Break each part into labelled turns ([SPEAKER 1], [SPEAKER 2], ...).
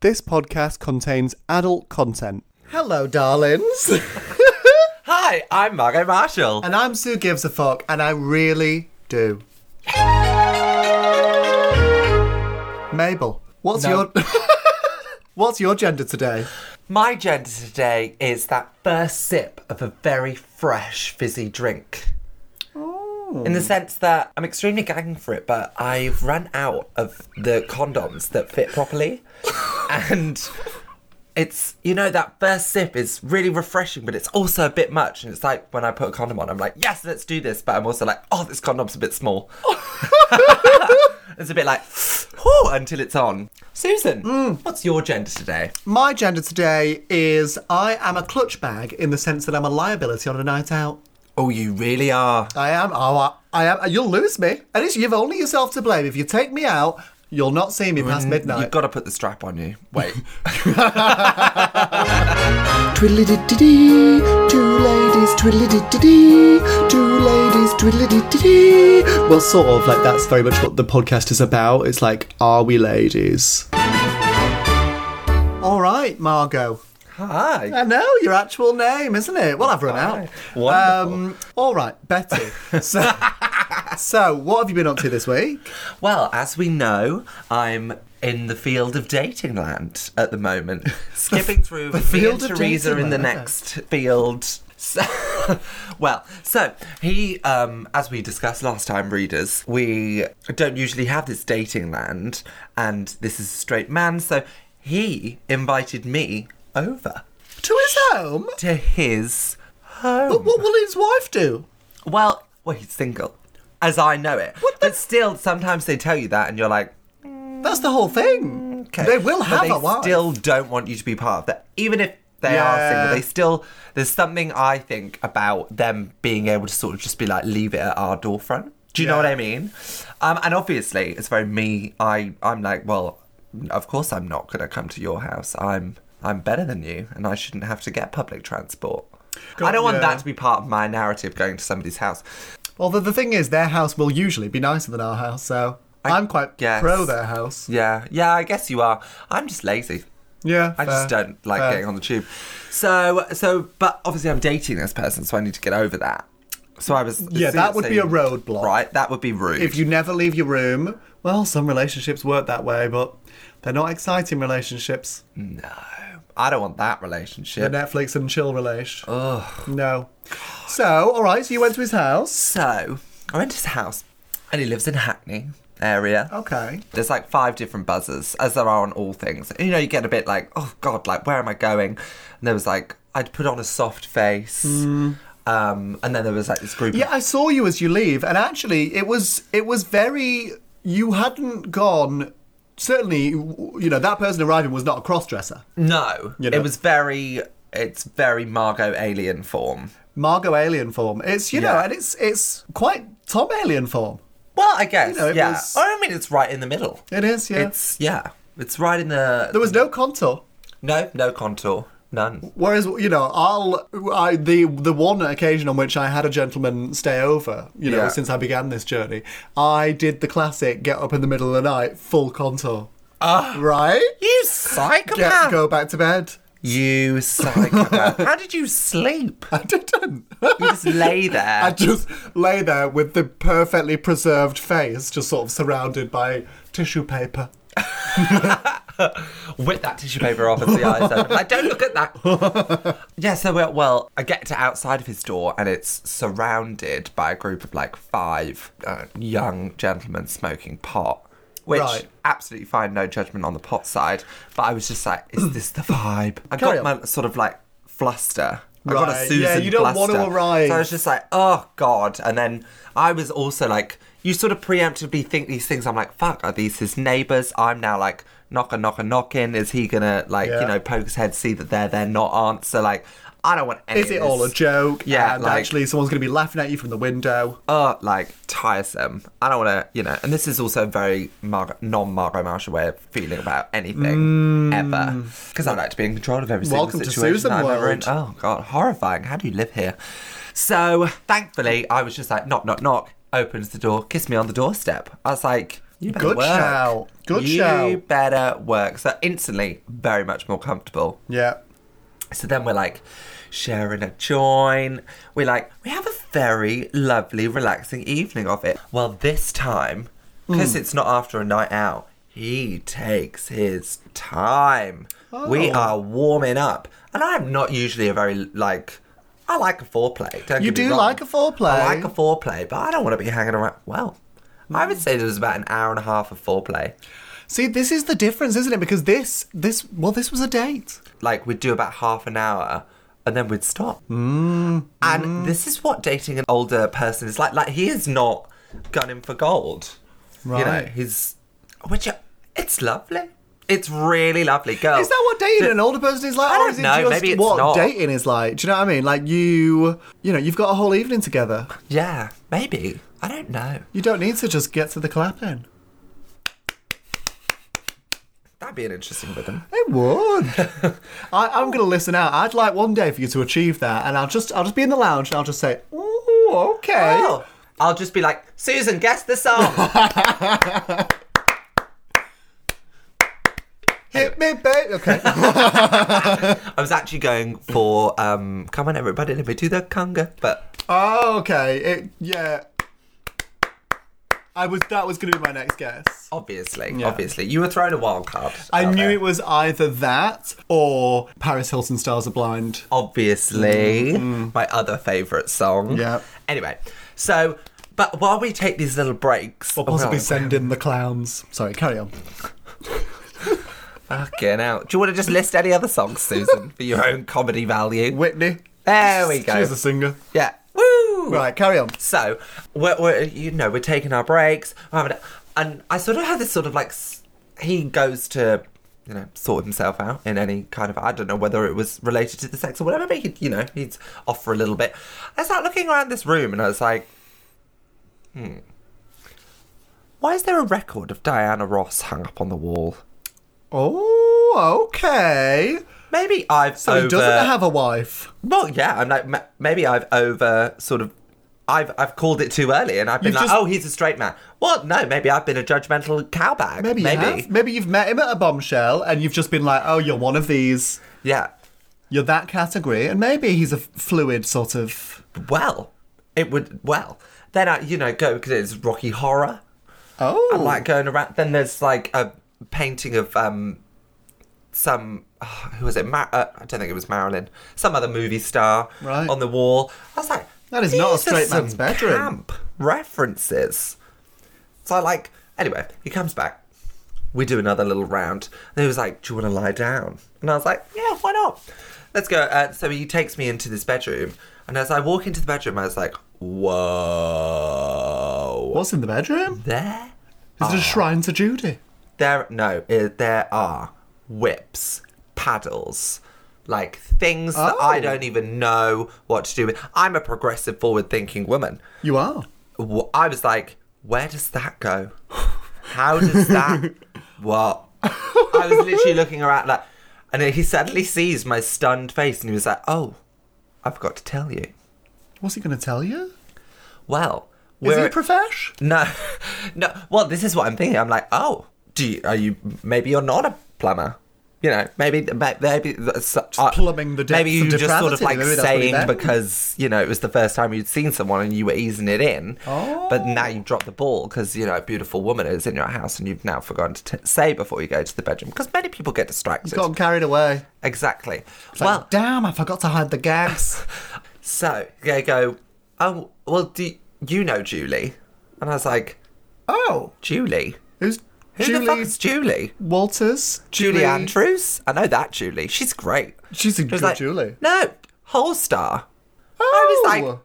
[SPEAKER 1] This podcast contains adult content.
[SPEAKER 2] Hello, darlings.
[SPEAKER 3] Hi, I'm Margot Marshall.
[SPEAKER 2] and I'm Sue Gives a Fuck, and I really do. Mabel, what's
[SPEAKER 3] No.
[SPEAKER 2] your. What's your gender today?
[SPEAKER 3] My gender today is that first sip of a very fresh fizzy drink. In the sense that I'm extremely gagging for it, but I've run out of the condoms that fit properly. and it's, you know, that first sip is really refreshing, but it's also a bit much. And it's like when I put a condom on, I'm like, yes, let's do this. But I'm also like, oh, this condom's a bit small. it's a bit like, whew, until it's on. Susan, what's your gender today?
[SPEAKER 2] My gender today is I am a clutch bag in the sense that I'm a liability on a night out.
[SPEAKER 3] Oh, you really are.
[SPEAKER 2] I am. Oh, I, I am. You'll lose me. And it's, you've only yourself to blame. If you take me out, you'll not see me
[SPEAKER 1] Mm,
[SPEAKER 2] past midnight.
[SPEAKER 3] You've got to put the strap on you. Wait.
[SPEAKER 4] Twiddly-dee-dee-dee, two ladies, twiddly-dee-dee-dee, two ladies, twiddly-dee-dee-dee.
[SPEAKER 2] well, sort of. Like that's very much what the podcast is about. It's like, are we ladies? All right, Margot.
[SPEAKER 3] Hi.
[SPEAKER 2] I know your actual name, isn't it? Well, I've run out. Um,
[SPEAKER 3] Wonderful.
[SPEAKER 2] all right, Betty. So, so, what have you been up to this week?
[SPEAKER 3] Well, as we know, I'm in the field of dating land at the moment, skipping through the
[SPEAKER 2] field
[SPEAKER 3] field
[SPEAKER 2] of
[SPEAKER 3] and Teresa
[SPEAKER 2] dating
[SPEAKER 3] in the
[SPEAKER 2] land, okay.
[SPEAKER 3] next field. So, well, so he, um, as we discussed last time, readers, we don't usually have this dating land, and this is a straight man, so he invited me over
[SPEAKER 2] To his home.
[SPEAKER 3] to his home.
[SPEAKER 2] What will his wife do?
[SPEAKER 3] Well, well, he's single, as I know it. But still, sometimes they tell you that, and you're like,
[SPEAKER 2] That's the whole thing.
[SPEAKER 3] okay.
[SPEAKER 2] They will
[SPEAKER 3] But
[SPEAKER 2] have
[SPEAKER 3] they
[SPEAKER 2] a wife.
[SPEAKER 3] Still, don't want you to be part of that, even if they
[SPEAKER 2] Yeah.
[SPEAKER 3] are single. They still there's something I think about them being able to sort of just be like, leave it at our doorfront. Do you know
[SPEAKER 2] Yeah.
[SPEAKER 3] what I mean? Um, and obviously, it's very me. I I'm like, well, of course I'm not gonna come to your house. I'm I'm better than you, and I shouldn't have to get public transport. I don't want
[SPEAKER 2] yeah.
[SPEAKER 3] that to be part of my narrative going to somebody's house.
[SPEAKER 2] Although the thing is, their house will usually be nicer than our house, so I am quite
[SPEAKER 3] guess.
[SPEAKER 2] pro their house.
[SPEAKER 3] Yeah, yeah, I guess you are. I'm just lazy.
[SPEAKER 2] Yeah,
[SPEAKER 3] I just
[SPEAKER 2] fair,
[SPEAKER 3] don't like
[SPEAKER 2] fair.
[SPEAKER 3] getting on the tube. So, so, but obviously, I'm dating this person, so I need to get over that. So I was.
[SPEAKER 2] Yeah,
[SPEAKER 3] see,
[SPEAKER 2] that would be a
[SPEAKER 3] see,
[SPEAKER 2] roadblock.
[SPEAKER 3] right? That would be rude.
[SPEAKER 2] If you never leave your room, well, some relationships work that way, but they're not exciting relationships.
[SPEAKER 3] no, I don't want that relationship.
[SPEAKER 2] The Netflix and chill relation. No. So, all right, so you went to his house.
[SPEAKER 3] So I went to his house, and he lives in Hackney area.
[SPEAKER 2] Okay.
[SPEAKER 3] There's like five different buzzers, as there are on all things. And, you know, you get a bit like, oh God, like where am I going? And there was like, I'd put on a soft face.
[SPEAKER 2] Mm.
[SPEAKER 3] Um, and then there was like this group. of
[SPEAKER 2] Yeah, I saw you as you leave, and actually, it was it was very. You hadn't gone. Certainly, you know that person arriving was not a cross-dresser.
[SPEAKER 3] No,
[SPEAKER 2] know?
[SPEAKER 3] it was very. It's very Margot alien form.
[SPEAKER 2] Margot Alien form. It's you know,
[SPEAKER 3] Yeah.
[SPEAKER 2] and it's it's quite Tom Alien form.
[SPEAKER 3] Well, I guess.
[SPEAKER 2] You know, it
[SPEAKER 3] yeah.
[SPEAKER 2] was-
[SPEAKER 3] Or, I mean, it's right in the middle.
[SPEAKER 2] It is, yeah.
[SPEAKER 3] It's yeah. It's right in the.
[SPEAKER 2] there was no contour.
[SPEAKER 3] no no contour. None.
[SPEAKER 2] Whereas you know, I'll I, the the one occasion on which I had a gentleman stay over, you know,
[SPEAKER 3] Yeah.
[SPEAKER 2] since I began this journey, I did the classic get up in the middle of the night, full contour. right?
[SPEAKER 3] Ah. You
[SPEAKER 2] Get,
[SPEAKER 3] psychopath.
[SPEAKER 2] Go back to bed.
[SPEAKER 3] You psychopath. How did you sleep?
[SPEAKER 2] I didn't.
[SPEAKER 3] You just lay there.
[SPEAKER 2] I just lay there with the perfectly preserved face, just sort of surrounded by tissue paper.
[SPEAKER 3] whip that tissue paper off as the eyes open. Like, don't look at that. yeah, so well, well, I get to outside of his door and it's surrounded by a group of like five uh, young gentlemen smoking pot, which
[SPEAKER 2] Right.
[SPEAKER 3] absolutely fine, no judgment on the pot side. But I was just like, is this the vibe? I
[SPEAKER 2] Carry on.
[SPEAKER 3] got my sort of like fluster. I got
[SPEAKER 2] Right,
[SPEAKER 3] a Susan
[SPEAKER 2] yeah, you don't want
[SPEAKER 3] fluster.
[SPEAKER 2] to arrive.
[SPEAKER 3] So I was just like, oh god. And then I was also like, you sort of preemptively think these things. I'm like, fuck, are these his neighbours? I'm now like, knock a knock a knock in. Is he gonna like,
[SPEAKER 2] Yeah.
[SPEAKER 3] you know, poke his head, see that they're there, not answer? Like, I don't want any.
[SPEAKER 2] Is
[SPEAKER 3] of
[SPEAKER 2] it all a
[SPEAKER 3] this.
[SPEAKER 2] joke?
[SPEAKER 3] Yeah,
[SPEAKER 2] and
[SPEAKER 3] like-
[SPEAKER 2] actually, someone's going to be laughing at you from the window.
[SPEAKER 3] Oh, like tiresome. I don't want to, you know. And this is also a very Mar- non-Margot Marshall way of feeling about anything ever, because I like to be in control of every single
[SPEAKER 2] Mm. Welcome to
[SPEAKER 3] situation
[SPEAKER 2] Susan
[SPEAKER 3] that I'm ever in.
[SPEAKER 2] World.
[SPEAKER 3] Oh god, horrifying. How do you live here? So thankfully, I was just like knock, knock, knock. Opens the door, kiss me on the doorstep. I was like, You better
[SPEAKER 2] Good
[SPEAKER 3] work.
[SPEAKER 2] shout. Good
[SPEAKER 3] you
[SPEAKER 2] shout.
[SPEAKER 3] better work. So instantly, very much more comfortable.
[SPEAKER 2] Yeah.
[SPEAKER 3] So then we're like sharing a joint. We're like, we have a very lovely, relaxing evening of it. Well, this time,
[SPEAKER 2] Mm.
[SPEAKER 3] because it's not after a night out, he takes his time. We
[SPEAKER 2] Oh.
[SPEAKER 3] are warming up. And I'm not usually a very, like, I like a foreplay. Don't
[SPEAKER 2] You
[SPEAKER 3] get me
[SPEAKER 2] do
[SPEAKER 3] wrong.
[SPEAKER 2] like a foreplay.
[SPEAKER 3] I like a foreplay, but I don't want to be hanging around. Well, I
[SPEAKER 2] Mm.
[SPEAKER 3] would say there was about an hour and a half of foreplay.
[SPEAKER 2] See, this is the difference, isn't it? Because this, this, well, this was a date.
[SPEAKER 3] like we'd do about half an hour and then we'd stop.
[SPEAKER 2] Mm.
[SPEAKER 3] And this is what dating an older person is like. Like he is not gunning for gold. You know,
[SPEAKER 2] Right.
[SPEAKER 3] he's which it's lovely. It's really lovely, girl.
[SPEAKER 2] Is that what dating an older person is like?
[SPEAKER 3] Oh. I
[SPEAKER 2] or
[SPEAKER 3] don't
[SPEAKER 2] is it
[SPEAKER 3] know,
[SPEAKER 2] just
[SPEAKER 3] maybe it's
[SPEAKER 2] what
[SPEAKER 3] not.
[SPEAKER 2] dating is like? Do you know what I mean? Like you, you know, you've got a whole evening together.
[SPEAKER 3] Yeah, maybe. I don't know.
[SPEAKER 2] You don't need to just get to the clapping.
[SPEAKER 3] That'd be an interesting rhythm.
[SPEAKER 2] It would. I, I'm going to listen out. I'd like one day for you to achieve that, and I'll just, I'll just be in the lounge and I'll just say, "Ooh, okay."
[SPEAKER 3] Oh, I'll just be like, Susan, guess the song.
[SPEAKER 2] Hit me, babe. Okay.
[SPEAKER 3] I was actually going for um, "Come on, everybody, let me do the conga," but
[SPEAKER 2] oh, okay. It, yeah. I was. That was going to be my next guess.
[SPEAKER 3] obviously, obviously, you were throwing a wild card.
[SPEAKER 2] I
[SPEAKER 3] out
[SPEAKER 2] knew
[SPEAKER 3] there.
[SPEAKER 2] it was either that or Paris Hilton Stars Are Blind.
[SPEAKER 3] obviously my other favourite song.
[SPEAKER 2] Yeah.
[SPEAKER 3] Anyway, so but while we take these little breaks,
[SPEAKER 2] Or possibly send in the clowns. Sorry, carry on.
[SPEAKER 3] fucking out. Do you want to just list any other songs, Susan, for your own comedy value?
[SPEAKER 2] Whitney.
[SPEAKER 3] There we go.
[SPEAKER 2] She's a singer.
[SPEAKER 3] Yeah. Woo.
[SPEAKER 2] Right, carry on.
[SPEAKER 3] So we're, we're you know we're taking our breaks, we're having a- and I sort of had this sort of like s- he goes to you know sort himself out in any kind of I don't know whether it was related to the sex or whatever, but he, you know he's off for a little bit. I start looking around this room and I was like, hmm, why is there a record of Diana Ross hung up on the wall?
[SPEAKER 2] Oh, okay.
[SPEAKER 3] Maybe I've
[SPEAKER 2] So he doesn't have a wife.
[SPEAKER 3] Well, yeah, I'm like ma- maybe I've over sort of. I've, I've called it too early and I've been
[SPEAKER 2] You've
[SPEAKER 3] like,
[SPEAKER 2] just-
[SPEAKER 3] oh, he's a straight man. Well, no, maybe I've been a judgmental cowbag.
[SPEAKER 2] Maybe you
[SPEAKER 3] maybe.
[SPEAKER 2] have. Maybe you've met him at a bombshell and you've just been like, oh, you're one of these.
[SPEAKER 3] Yeah.
[SPEAKER 2] You're that category. And maybe he's a fluid sort of.
[SPEAKER 3] Well, it would, well. Then I, you know, go because it's Rocky Horror.
[SPEAKER 2] Oh.
[SPEAKER 3] I like going around. Then there's like a painting of um, some ah, who was it? Mar- uh, I don't think it was Marilyn. Some other movie star
[SPEAKER 2] Right.
[SPEAKER 3] on the wall. I was like,
[SPEAKER 2] That is not a
[SPEAKER 3] "These are
[SPEAKER 2] straight
[SPEAKER 3] some
[SPEAKER 2] man's bedroom."
[SPEAKER 3] Camp references. So I like. Anyway, he comes back. We do another little round. And he was like, "Do you want to lie down?" And I was like, "Yeah, why not? Let's go." Uh, so he takes me into this bedroom, and as I walk into the bedroom, I was like, "Whoa!"
[SPEAKER 2] What's in the bedroom?
[SPEAKER 3] There
[SPEAKER 2] Is it a shrine to Judy?
[SPEAKER 3] there no, uh, there are whips, paddles, like things that I
[SPEAKER 2] Oh.
[SPEAKER 3] don't even know what to do with. I'm a progressive, forward-thinking woman.
[SPEAKER 2] You are.
[SPEAKER 3] Wh- I was like, where does that go? How does that? what? I was literally looking around like, and then he suddenly sees my stunned face, and he was like, oh, I forgot to tell you.
[SPEAKER 2] What's he going to tell you?
[SPEAKER 3] Well,
[SPEAKER 2] Is he
[SPEAKER 3] we're
[SPEAKER 2] a profesh?
[SPEAKER 3] no, no. Well, this is what I'm thinking. I'm like, oh, do you, are you? Maybe you're not a plumber. You know, maybe may- maybe that's- uh,
[SPEAKER 2] plumbing the depths
[SPEAKER 3] Maybe you
[SPEAKER 2] of
[SPEAKER 3] just sort of
[SPEAKER 2] depravity,
[SPEAKER 3] like
[SPEAKER 2] maybe that's what he
[SPEAKER 3] saying
[SPEAKER 2] meant.
[SPEAKER 3] because you know it was the first time you'd seen someone and you were easing it in.
[SPEAKER 2] Oh.
[SPEAKER 3] But now you drop the ball because you know a beautiful woman is in your house and you've now forgotten to t- say before you go to the bedroom because many people get distracted.
[SPEAKER 2] Gotten carried away.
[SPEAKER 3] Exactly.
[SPEAKER 2] Well,
[SPEAKER 3] well,
[SPEAKER 2] damn, I forgot to hide the gags.
[SPEAKER 3] so they go. Oh well, do you know Julie? And I was like,
[SPEAKER 2] oh,
[SPEAKER 3] Julie.
[SPEAKER 2] who's
[SPEAKER 3] Who
[SPEAKER 2] Julie
[SPEAKER 3] the fuck is Julie?
[SPEAKER 2] Walters?
[SPEAKER 3] Julie, Andrews? I know that Julie. She's great.
[SPEAKER 2] She's a
[SPEAKER 3] It was
[SPEAKER 2] good Julie.
[SPEAKER 3] No, Holstar.
[SPEAKER 2] Oh,
[SPEAKER 3] I was like-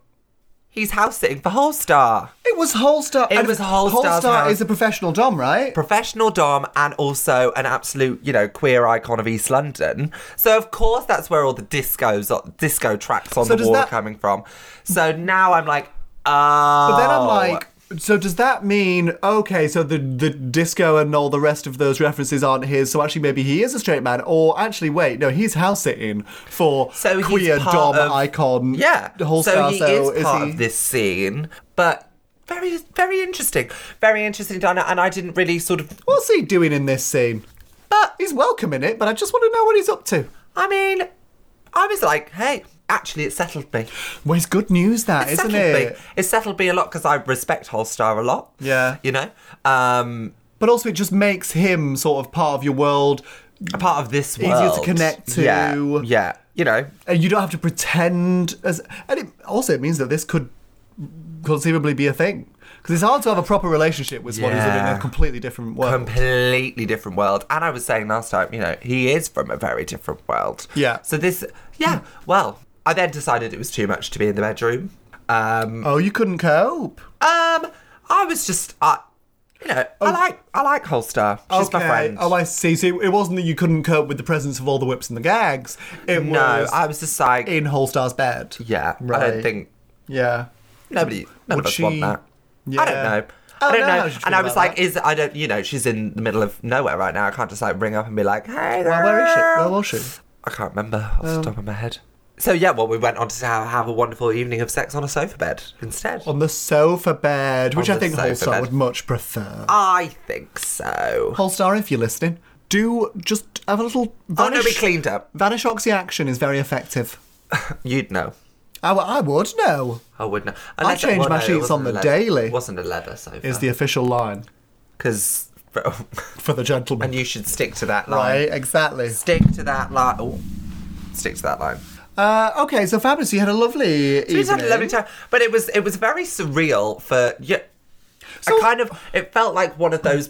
[SPEAKER 3] He's house sitting for Holstar.
[SPEAKER 2] it was Holstar.
[SPEAKER 3] It
[SPEAKER 2] and
[SPEAKER 3] was Holstar's
[SPEAKER 2] Holstar
[SPEAKER 3] house.
[SPEAKER 2] is a professional dom, right?
[SPEAKER 3] Professional Dom and also an absolute, you know, queer icon of East London. So of course that's where all the discos, uh, disco tracks on
[SPEAKER 2] So
[SPEAKER 3] the
[SPEAKER 2] does
[SPEAKER 3] wall are
[SPEAKER 2] that-
[SPEAKER 3] coming from. So now I'm like, oh.
[SPEAKER 2] But then I'm like, so does that mean okay? So the the disco and all the rest of those references aren't his. So actually, maybe he is a straight man, or actually, wait, no, he's house sitting for
[SPEAKER 3] So he's
[SPEAKER 2] queer dom
[SPEAKER 3] part of-
[SPEAKER 2] icon.
[SPEAKER 3] Yeah.
[SPEAKER 2] Holstar.
[SPEAKER 3] so he is part
[SPEAKER 2] he-
[SPEAKER 3] of this scene, but very, very interesting. Very interesting, Donna. And I didn't really sort of.
[SPEAKER 2] What's he doing in this scene?
[SPEAKER 3] But
[SPEAKER 2] He's welcome in it, but I just want to know what he's up to.
[SPEAKER 3] I mean, I was like, hey, actually, it settled me.
[SPEAKER 2] Well, it's good news, that,
[SPEAKER 3] It
[SPEAKER 2] not
[SPEAKER 3] settled
[SPEAKER 2] it?
[SPEAKER 3] me. It settled me a lot because I respect Holstar a lot.
[SPEAKER 2] Yeah.
[SPEAKER 3] You know, um,
[SPEAKER 2] But also, it just makes him sort of part of your world.
[SPEAKER 3] a part of this
[SPEAKER 2] Easier to
[SPEAKER 3] world.
[SPEAKER 2] connect to.
[SPEAKER 3] Yeah. yeah. You know,
[SPEAKER 2] And you don't have to pretend as. And it also it means that this could conceivably be a thing. Because it's hard to have a proper relationship with someone who's living in
[SPEAKER 3] Yeah.
[SPEAKER 2] a completely different world.
[SPEAKER 3] completely different world. And I was saying last time, you know, he is from a very different world.
[SPEAKER 2] Yeah.
[SPEAKER 3] So this, yeah, well, I then decided it was too much to be in the bedroom. Um,
[SPEAKER 2] oh, you couldn't cope?
[SPEAKER 3] um, I was just, I, you know, I like, I like Holstar. She's my friend.
[SPEAKER 2] Oh, I see. So it wasn't that you couldn't cope with the presence of all the whips and the gags. It
[SPEAKER 3] no,
[SPEAKER 2] was
[SPEAKER 3] I was just like,
[SPEAKER 2] in Holstar's bed.
[SPEAKER 3] yeah, I
[SPEAKER 2] Right.
[SPEAKER 3] don't think
[SPEAKER 2] Yeah.
[SPEAKER 3] Nobody, none
[SPEAKER 2] Would
[SPEAKER 3] of us want
[SPEAKER 2] she-
[SPEAKER 3] that.
[SPEAKER 2] Yeah.
[SPEAKER 3] I don't know.
[SPEAKER 2] I
[SPEAKER 3] I
[SPEAKER 2] don't
[SPEAKER 3] don't
[SPEAKER 2] know how
[SPEAKER 3] know.
[SPEAKER 2] she
[SPEAKER 3] And
[SPEAKER 2] feel
[SPEAKER 3] I was
[SPEAKER 2] about
[SPEAKER 3] like, is I don't, you know, she's in the middle of nowhere right now. I can't just like ring up and be like, hey,
[SPEAKER 2] Well, where is she?
[SPEAKER 3] girl."
[SPEAKER 2] Where was she? Um,
[SPEAKER 3] I can't remember off the top of my head. So yeah, well, we went on to have, have a wonderful evening of sex on a sofa bed instead.
[SPEAKER 2] On the sofa bed, which
[SPEAKER 3] On
[SPEAKER 2] I
[SPEAKER 3] the
[SPEAKER 2] think
[SPEAKER 3] sofa
[SPEAKER 2] Holstar
[SPEAKER 3] bed.
[SPEAKER 2] would much prefer.
[SPEAKER 3] I think so.
[SPEAKER 2] Holstar, if you're listening, do just have a little
[SPEAKER 3] Oh
[SPEAKER 2] vanish.
[SPEAKER 3] no, we cleaned up.
[SPEAKER 2] Vanish oxy action is very effective.
[SPEAKER 3] You'd know.
[SPEAKER 2] I, w- I would know.
[SPEAKER 3] I would know. it-
[SPEAKER 2] change my
[SPEAKER 3] it
[SPEAKER 2] sheets
[SPEAKER 3] wasn't
[SPEAKER 2] on
[SPEAKER 3] a
[SPEAKER 2] the
[SPEAKER 3] leather-
[SPEAKER 2] daily.
[SPEAKER 3] It wasn't a leather sofa.
[SPEAKER 2] Is the official line
[SPEAKER 3] because
[SPEAKER 2] for the gentleman.
[SPEAKER 3] and you should stick to that line.
[SPEAKER 2] right, exactly.
[SPEAKER 3] Stick to that line. Oh, stick to that line.
[SPEAKER 2] Uh, okay, so Fabulous, you had a lovely evening.
[SPEAKER 3] We just had a lovely time, but it was it was very surreal for yeah. I kind of it felt like one of those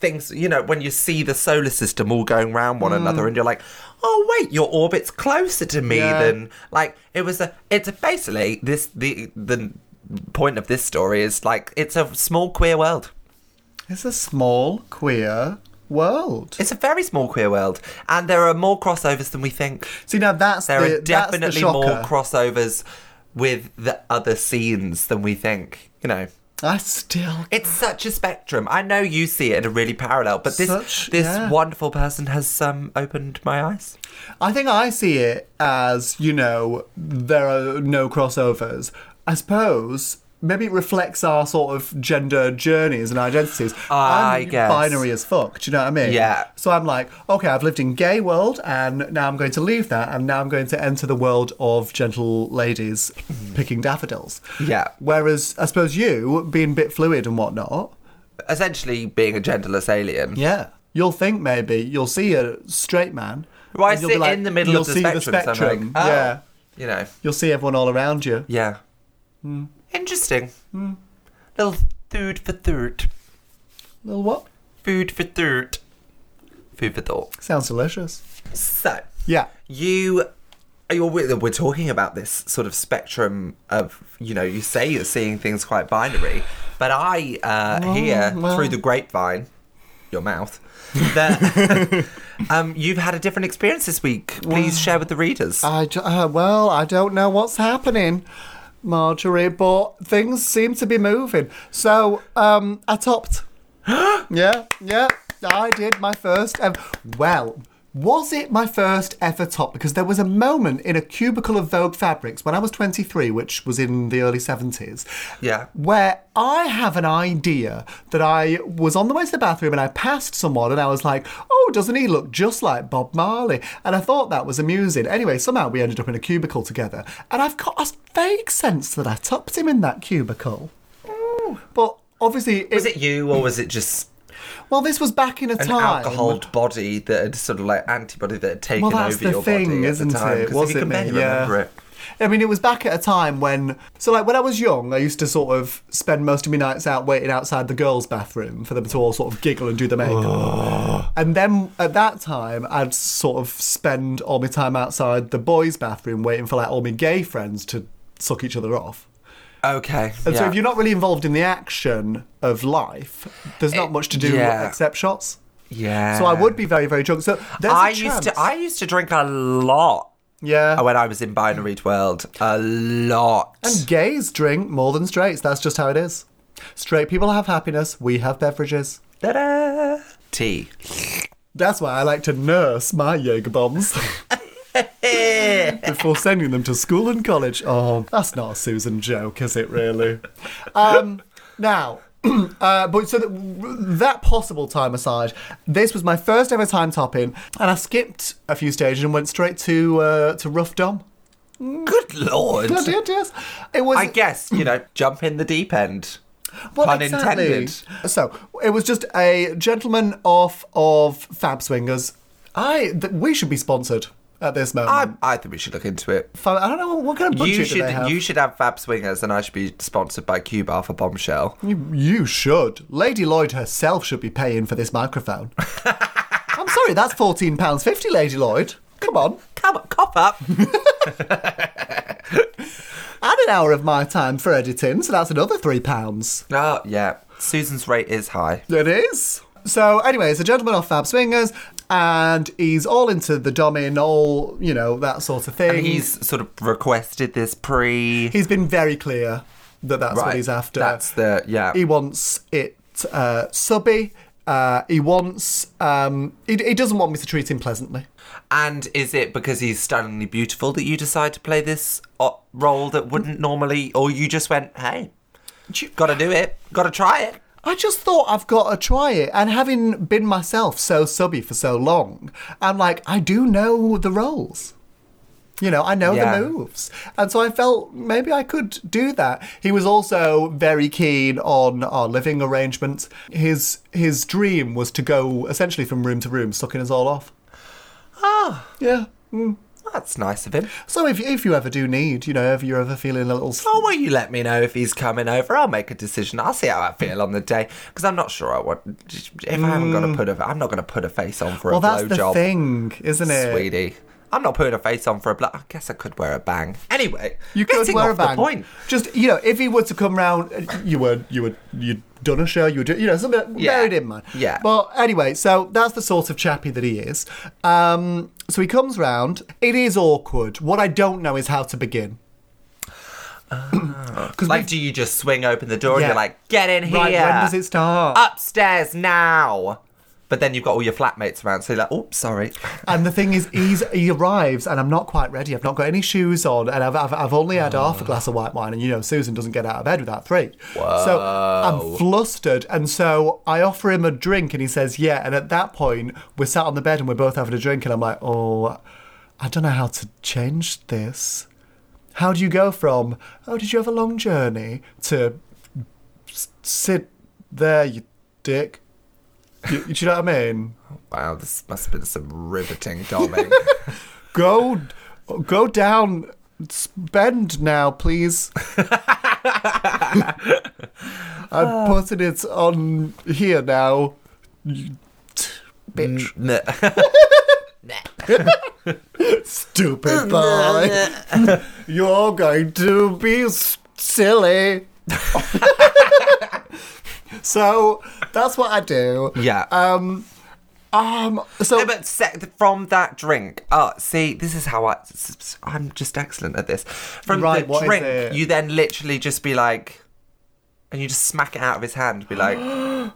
[SPEAKER 3] things you know when you see the solar system all going round
[SPEAKER 2] Mm.
[SPEAKER 3] one another and you're like, oh wait, your orbit's closer to me
[SPEAKER 2] Yeah.
[SPEAKER 3] than like it was a it's basically this the the point of this story is like it's a small queer world.
[SPEAKER 2] It's a small queer world.
[SPEAKER 3] It's a very small queer world, and there are more crossovers than we think.
[SPEAKER 2] See now that's
[SPEAKER 3] There
[SPEAKER 2] the
[SPEAKER 3] are
[SPEAKER 2] that's the
[SPEAKER 3] definitely
[SPEAKER 2] shocker.
[SPEAKER 3] more crossovers with the other scenes than we think. You know.
[SPEAKER 2] I still
[SPEAKER 3] It's such a spectrum. I know you see it in a really parallel, but this
[SPEAKER 2] Such-
[SPEAKER 3] this
[SPEAKER 2] yeah.
[SPEAKER 3] wonderful person has um, opened my eyes.
[SPEAKER 2] I think I see it as, you know, there are no crossovers. I suppose maybe it reflects our sort of gender journeys and identities.
[SPEAKER 3] I
[SPEAKER 2] I'm
[SPEAKER 3] guess.
[SPEAKER 2] binary as fuck, do you know what I mean?
[SPEAKER 3] Yeah.
[SPEAKER 2] So I'm like, okay, I've lived in gay world and now I'm going to leave that and now I'm going to enter the world of gentle ladies picking daffodils.
[SPEAKER 3] Mm. Yeah.
[SPEAKER 2] Whereas I suppose you, being a bit fluid and whatnot,
[SPEAKER 3] Essentially, being a genderless alien.
[SPEAKER 2] yeah. You'll think maybe you'll see a straight man.
[SPEAKER 3] Well, I
[SPEAKER 2] and you'll
[SPEAKER 3] sit
[SPEAKER 2] be like-
[SPEAKER 3] in the middle
[SPEAKER 2] you'll
[SPEAKER 3] of the
[SPEAKER 2] see
[SPEAKER 3] spectrum. So I'm like, oh,
[SPEAKER 2] Yeah.
[SPEAKER 3] You know.
[SPEAKER 2] You'll see everyone all around you.
[SPEAKER 3] Yeah.
[SPEAKER 2] Hmm.
[SPEAKER 3] Interesting. Little food for thought.
[SPEAKER 2] Little what?
[SPEAKER 3] Food for thought. Food for thought.
[SPEAKER 2] Sounds delicious.
[SPEAKER 3] So
[SPEAKER 2] Yeah.
[SPEAKER 3] you. You're, we're we're talking about this sort of spectrum of, you know, you say you're seeing things quite binary, but I uh, hear
[SPEAKER 2] well.
[SPEAKER 3] through the grapevine, your mouth, that um, you've had a different experience this week. Please share with the readers.
[SPEAKER 2] I j- uh, well, I don't know what's happening, Marjorie, but things seem to be moving. So um, I topped. yeah, yeah. I did my first ever. Well, was it my first ever top? Because there was a moment in a cubicle of Vogue Fabrics when I was 23, which was in the early 70s.
[SPEAKER 3] Yeah.
[SPEAKER 2] where I have an idea that I was on the way to the bathroom and I passed someone and I was like, oh, doesn't he look just like Bob Marley? And I thought that was amusing. Anyway, somehow we ended up in a cubicle together. And I've got a vague sense that I topped him in that cubicle. But obviously, it,
[SPEAKER 3] was it you or was it just
[SPEAKER 2] well, this was back in a
[SPEAKER 3] an
[SPEAKER 2] time.
[SPEAKER 3] alcohol body that had sort of like antibody that had taken
[SPEAKER 2] Well, that's
[SPEAKER 3] over
[SPEAKER 2] the
[SPEAKER 3] your
[SPEAKER 2] thing,
[SPEAKER 3] body
[SPEAKER 2] isn't
[SPEAKER 3] at the time?
[SPEAKER 2] it?
[SPEAKER 3] 'Cause
[SPEAKER 2] Was
[SPEAKER 3] if you
[SPEAKER 2] it
[SPEAKER 3] can
[SPEAKER 2] me?
[SPEAKER 3] barely
[SPEAKER 2] Yeah.
[SPEAKER 3] remember it.
[SPEAKER 2] I mean, it was back at a time when, so like when I was young, I used to sort of spend most of my nights out waiting outside the girls' bathroom for them to all sort of giggle and do the makeup. and then at that time, I'd sort of spend all my time outside the boys' bathroom waiting for like all my gay friends to suck each other off.
[SPEAKER 3] Okay.
[SPEAKER 2] And so
[SPEAKER 3] yeah.
[SPEAKER 2] if you're not really involved in the action of life, there's not much to do
[SPEAKER 3] yeah.
[SPEAKER 2] except shots.
[SPEAKER 3] Yeah.
[SPEAKER 2] So I would be very, very drunk. So there's a
[SPEAKER 3] Uh, I used
[SPEAKER 2] chance-
[SPEAKER 3] to. Oh, I used to drink a lot
[SPEAKER 2] yeah.
[SPEAKER 3] when I was in binary world. A lot.
[SPEAKER 2] And gays drink more than straights. That's just how it is. Straight people have happiness. We have beverages.
[SPEAKER 3] Ta-da! Tea.
[SPEAKER 2] That's why I like to nurse my Jaeger bombs before sending them to school and college. Oh, that's not a Susan joke, is it really? Um, Now, uh, but so that, that possible time aside, this was my first ever time topping, and I skipped a few stages and went straight to uh, to rough dom.
[SPEAKER 3] Good lord.
[SPEAKER 2] I did, yes. It was.
[SPEAKER 3] I guess, you know, jump in the deep end. Pun intended.
[SPEAKER 2] So it was just a gentleman off of Fab Swingers. I th- we should be sponsored at this moment.
[SPEAKER 3] I, I think we should look into it.
[SPEAKER 2] Fab- I don't know Um, what kind of budget
[SPEAKER 3] You
[SPEAKER 2] do they
[SPEAKER 3] should
[SPEAKER 2] have.
[SPEAKER 3] you should have Fab Swingers and I should be sponsored by Cube Alpha Bombshell.
[SPEAKER 2] You, you should. Lady Lloyd herself should be paying for this microphone. I'm sorry, that's fourteen pounds fifty, Lady Lloyd. Come on,
[SPEAKER 3] Come on, cop up.
[SPEAKER 2] add an hour of my time for editing, so that's another three pounds.
[SPEAKER 3] oh yeah. Susan's rate is high.
[SPEAKER 2] It is. So anyway, it's a gentleman off Fab Swingers, and he's all into the domin, all you know that sort of thing.
[SPEAKER 3] And he's sort of requested this pre
[SPEAKER 2] he's been very clear that that's what
[SPEAKER 3] Right,
[SPEAKER 2] he's after.
[SPEAKER 3] that's the- yeah.
[SPEAKER 2] He wants it uh, subby. Uh, he wants. Um, he, he doesn't want me to treat him pleasantly.
[SPEAKER 3] And is it because he's stunningly beautiful that you decide to play this uh, role that wouldn't normally, or you just went, hey, gotta do it, gotta try it?
[SPEAKER 2] I just thought I've got to try it. And having been myself so subby for so long, I'm like, I do know the roles. You know, I know
[SPEAKER 3] Yeah.
[SPEAKER 2] the moves. And so I felt maybe I could do that. He was also very keen on our living arrangements. His his dream was to go essentially from room to room, sucking us all off. Ah. Yeah. Mm.
[SPEAKER 3] That's nice of him.
[SPEAKER 2] So if, if you ever do need, you know, if you're ever feeling a little.
[SPEAKER 3] Oh, well, you let me know if he's coming over. I'll make a decision. I'll see how I feel on the day because I'm not sure I want. If I haven't got to put a, I'm not going to put a face on for
[SPEAKER 2] well,
[SPEAKER 3] a
[SPEAKER 2] that's the
[SPEAKER 3] blowjob,
[SPEAKER 2] thing, isn't it?
[SPEAKER 3] sweetie. I'm not putting a face on for a blow. I guess I could wear a bang. Anyway,
[SPEAKER 2] You could
[SPEAKER 3] getting
[SPEAKER 2] wear a
[SPEAKER 3] off the
[SPEAKER 2] bang.
[SPEAKER 3] point.
[SPEAKER 2] Just you know, if he were to come round, uh, you were you were you'd done a show, you were do, you know something like,
[SPEAKER 3] Yeah.
[SPEAKER 2] buried in man.
[SPEAKER 3] Yeah.
[SPEAKER 2] But anyway, so that's the sort of chappy that he is. Um, so he comes round. It is awkward. What I don't know is how to begin. Because
[SPEAKER 3] Like, do you just swing open the door and
[SPEAKER 2] Yeah.
[SPEAKER 3] you're like, get in here?
[SPEAKER 2] right, when does it start?
[SPEAKER 3] upstairs now. But then you've got all your flatmates around, so you're like, oh, sorry.
[SPEAKER 2] And the thing is, he's, he arrives, and I'm not quite ready. I've not got any shoes on, and I've, I've, I've only had half a glass of white wine. And you know, Susan doesn't get out of bed without three. So I'm flustered, and so I offer him a drink, and he says, "Yeah." And at that point, we're sat on the bed, and we're both having a drink, and I'm like, "Oh, I don't know how to change this. How do you go from oh, did you have a long journey to s- sit there, you dick? You, do you know what I mean?"
[SPEAKER 3] Wow, this must have been some riveting doming.
[SPEAKER 2] go go down spend now please
[SPEAKER 3] Ah.
[SPEAKER 2] i'm putting it on here now Mm, you t- bitch stupid boy you're going to be s- silly so that's what i do
[SPEAKER 3] yeah.
[SPEAKER 2] um um so
[SPEAKER 3] No, but sec- from that drink, oh, see, this is how I, s- s- I'm just excellent at this. From
[SPEAKER 2] Right,
[SPEAKER 3] the
[SPEAKER 2] what is
[SPEAKER 3] drink,
[SPEAKER 2] it?
[SPEAKER 3] you then literally just be like, and you just smack it out of his hand, be like,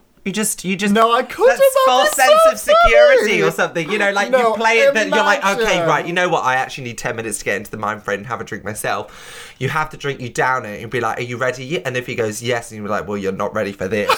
[SPEAKER 3] you just, you just.
[SPEAKER 2] No, I couldn't,
[SPEAKER 3] That's
[SPEAKER 2] that'd
[SPEAKER 3] false
[SPEAKER 2] be
[SPEAKER 3] sense
[SPEAKER 2] so
[SPEAKER 3] of security
[SPEAKER 2] funny.
[SPEAKER 3] or something. You know, like
[SPEAKER 2] No,
[SPEAKER 3] you play it, then you're like, okay,
[SPEAKER 2] imagine.
[SPEAKER 3] right, you know what? I actually need 10 minutes to get into the mind frame and have a drink myself. You have the drink, you down it, and be like, are you ready? And if he goes, yes, and you're like, well, you're not ready for this.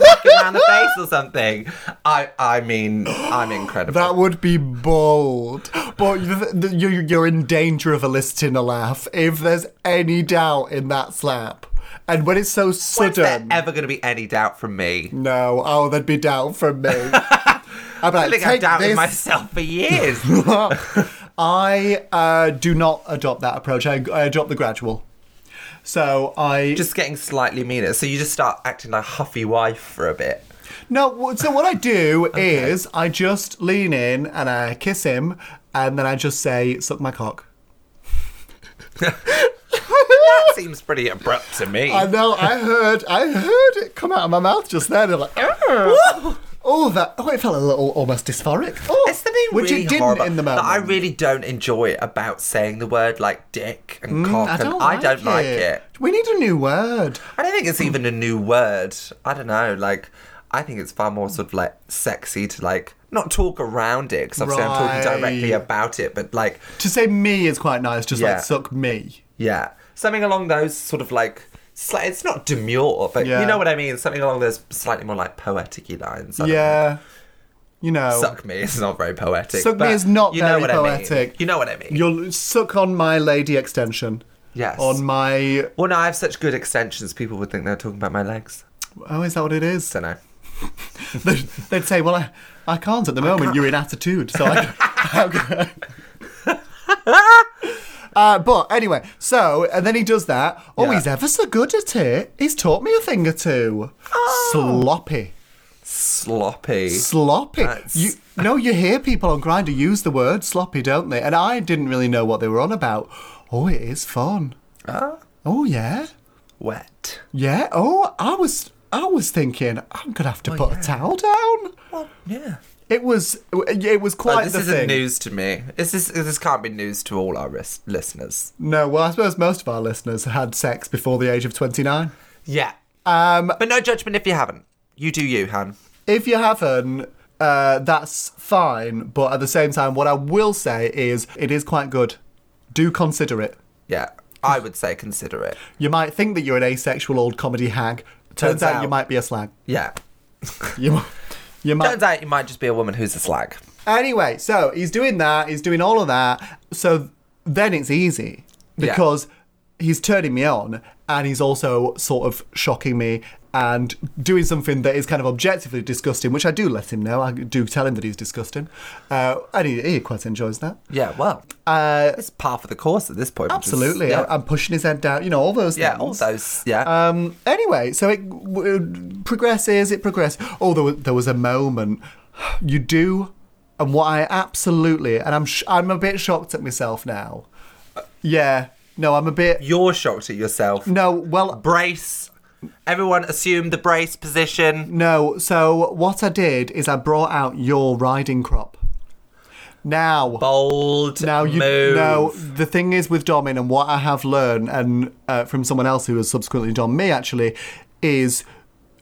[SPEAKER 3] Smack him around the face or something. I, I mean, I'm incredible.
[SPEAKER 2] That would be bold. But th- th- you- you're in danger of eliciting a laugh if there's any doubt in that slap. And when it's so
[SPEAKER 3] When's there
[SPEAKER 2] sudden.
[SPEAKER 3] ever going to be any doubt from me?
[SPEAKER 2] no, oh, there'd be doubt from me. I'd be
[SPEAKER 3] I
[SPEAKER 2] like,
[SPEAKER 3] think I've
[SPEAKER 2] take
[SPEAKER 3] doubted
[SPEAKER 2] this.
[SPEAKER 3] myself for years.
[SPEAKER 2] I uh, do not adopt that approach. I, I adopt the gradual. So I
[SPEAKER 3] just getting slightly meaner. So you just start acting like huffy wife for a bit.
[SPEAKER 2] No, w- so what I do is I just lean in and I kiss him, and then I just say, "Suck my cock."
[SPEAKER 3] That seems pretty abrupt to me.
[SPEAKER 2] I know. I heard. I heard it come out of my mouth just then. I'm like, oh, oh, that. Oh, it felt a little almost dysphoric. Oh,
[SPEAKER 3] It's something
[SPEAKER 2] which
[SPEAKER 3] really
[SPEAKER 2] it didn't
[SPEAKER 3] horrible
[SPEAKER 2] in the moment.
[SPEAKER 3] that I really don't enjoy about saying the word like dick and cock.
[SPEAKER 2] Mm, I
[SPEAKER 3] and
[SPEAKER 2] don't.
[SPEAKER 3] I
[SPEAKER 2] like
[SPEAKER 3] don't
[SPEAKER 2] it.
[SPEAKER 3] like it.
[SPEAKER 2] We need a new word.
[SPEAKER 3] I don't think it's even a new word. I don't know. Like, I think it's far more sort of like sexy to like not talk around it because obviously I'm talking directly
[SPEAKER 2] Right.
[SPEAKER 3] about it, but like
[SPEAKER 2] To say me is quite nice. Just
[SPEAKER 3] Yeah.
[SPEAKER 2] like suck me.
[SPEAKER 3] Yeah. Something along those sort of like It's, like, it's not demure, but
[SPEAKER 2] Yeah.
[SPEAKER 3] you know what I mean. Something along those slightly more like poetic lines. I don't know.
[SPEAKER 2] Yeah. You know.
[SPEAKER 3] Suck me is not very poetic.
[SPEAKER 2] Suck me
[SPEAKER 3] but
[SPEAKER 2] is not
[SPEAKER 3] you
[SPEAKER 2] very
[SPEAKER 3] know what I mean.
[SPEAKER 2] poetic.
[SPEAKER 3] You know what I mean.
[SPEAKER 2] You'll suck on my lady extension.
[SPEAKER 3] yes.
[SPEAKER 2] On my.
[SPEAKER 3] well, no, I have such good extensions. People would think they're talking about my legs.
[SPEAKER 2] Oh, is that what it is?
[SPEAKER 3] Don't know.
[SPEAKER 2] They'd, they'd say, well, I, I can't at the moment. You're in attitude. So I. how can- Uh, but anyway, so and then he does that. Oh,
[SPEAKER 3] Yeah.
[SPEAKER 2] he's ever so good at it. He's taught me a thing or two. Sloppy.
[SPEAKER 3] Sloppy.
[SPEAKER 2] sloppy.
[SPEAKER 3] That's-
[SPEAKER 2] You no, you hear people on Grinder use the word sloppy, don't they? And I didn't really know what they were on about. Oh, it is fun.
[SPEAKER 3] Ah,
[SPEAKER 2] Oh yeah,
[SPEAKER 3] wet.
[SPEAKER 2] yeah. Oh, I was, I was thinking I'm gonna have to put a towel down.
[SPEAKER 3] Well, yeah.
[SPEAKER 2] It was, it was
[SPEAKER 3] But
[SPEAKER 2] quite
[SPEAKER 3] this
[SPEAKER 2] the
[SPEAKER 3] isn't
[SPEAKER 2] thing.
[SPEAKER 3] news to me. This is this can't be news to all our ris- listeners.
[SPEAKER 2] No, well, I suppose most of our listeners had sex before the age of 29.
[SPEAKER 3] Yeah. Um. But no judgment if you haven't. You do you, Han.
[SPEAKER 2] If you haven't, uh, that's fine. But at the same time, what I will say is, it is quite good. Do consider it.
[SPEAKER 3] Yeah. I would say consider it.
[SPEAKER 2] You might think that you're an asexual old comedy hag. Turns,
[SPEAKER 3] Turns
[SPEAKER 2] out,
[SPEAKER 3] out-
[SPEAKER 2] you might be a slag.
[SPEAKER 3] Yeah.
[SPEAKER 2] You, mi- you might.
[SPEAKER 3] Turns out you might just be a woman who's a slag.
[SPEAKER 2] Anyway, so he's doing that. He's doing all of that. So then it's easy because he's turning me on and he's also sort of shocking me and doing something that is kind of objectively disgusting, which I do let him know. I do tell him that he's disgusting. Uh, and he, he quite enjoys that.
[SPEAKER 3] Yeah, well,
[SPEAKER 2] Uh,
[SPEAKER 3] it's par for the course at this point. which is-
[SPEAKER 2] absolutely. Uh,
[SPEAKER 3] yeah,
[SPEAKER 2] I, am pushing his head down. You know, all those
[SPEAKER 3] yeah, all
[SPEAKER 2] things.
[SPEAKER 3] those. Yeah,
[SPEAKER 2] Um, anyway, so it w- progresses, it progresses. Oh, there was, there was a moment you do, and what I absolutely, and I'm sh- I'm a bit shocked at myself now. Uh, Yeah, no, I'm a bit.
[SPEAKER 3] you're shocked at yourself.
[SPEAKER 2] No, well,
[SPEAKER 3] Brace. Everyone assume the brace position.
[SPEAKER 2] no. So what I did is I brought out your riding crop. Now,
[SPEAKER 3] Bold.
[SPEAKER 2] now you
[SPEAKER 3] move.
[SPEAKER 2] know the thing is with domming and what I have learned and uh, from someone else who has subsequently dommed me actually is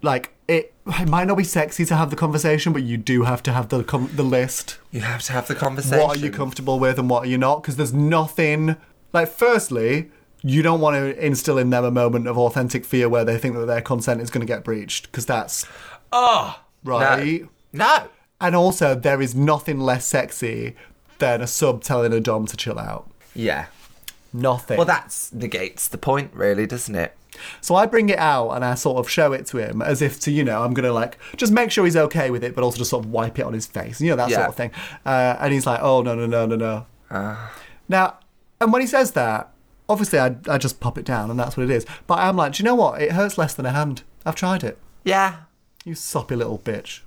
[SPEAKER 2] like it. It might not be sexy to have the conversation, but you do have to have the com- the list.
[SPEAKER 3] You have to have the conversation.
[SPEAKER 2] What are you comfortable with and what are you not? Because there's nothing like. Firstly, you don't want to instill in them a moment of authentic fear where they think that their consent is going to get breached. Because that's
[SPEAKER 3] Oh,
[SPEAKER 2] right.
[SPEAKER 3] No.
[SPEAKER 2] And also, there is nothing less sexy than a sub telling a dom to chill out.
[SPEAKER 3] Yeah.
[SPEAKER 2] Nothing.
[SPEAKER 3] Well, that negates the point, really, doesn't it?
[SPEAKER 2] So I bring it out and I sort of show it to him as if to, you know, I'm going to like just make sure he's okay with it, but also just sort of wipe it on his face, you know, that
[SPEAKER 3] Yeah. Uh.
[SPEAKER 2] sort of thing. Uh, and he's like, oh, no, no, no, no, no. Now, and when he says that, obviously I, I just pop it down and that's what it is. But I'm like, do you know what? It hurts less than a hand. I've tried it.
[SPEAKER 3] Yeah.
[SPEAKER 2] You soppy little bitch.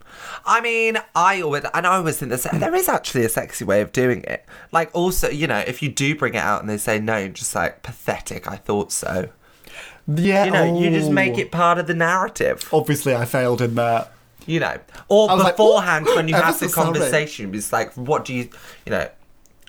[SPEAKER 3] I mean, I always and I always think there's, there is actually a sexy way of doing it. Like, also, you know, if you do bring it out and they say no, you're just like pathetic. I thought so.
[SPEAKER 2] Yeah.
[SPEAKER 3] You know, you just make
[SPEAKER 2] oh.
[SPEAKER 3] it part of the narrative.
[SPEAKER 2] Obviously, I failed in that.
[SPEAKER 3] You know, or
[SPEAKER 2] was like,
[SPEAKER 3] beforehand
[SPEAKER 2] "Ooh,
[SPEAKER 3] when you
[SPEAKER 2] ever
[SPEAKER 3] have
[SPEAKER 2] so
[SPEAKER 3] the
[SPEAKER 2] sorry."
[SPEAKER 3] conversation, it's like, what do you, you know,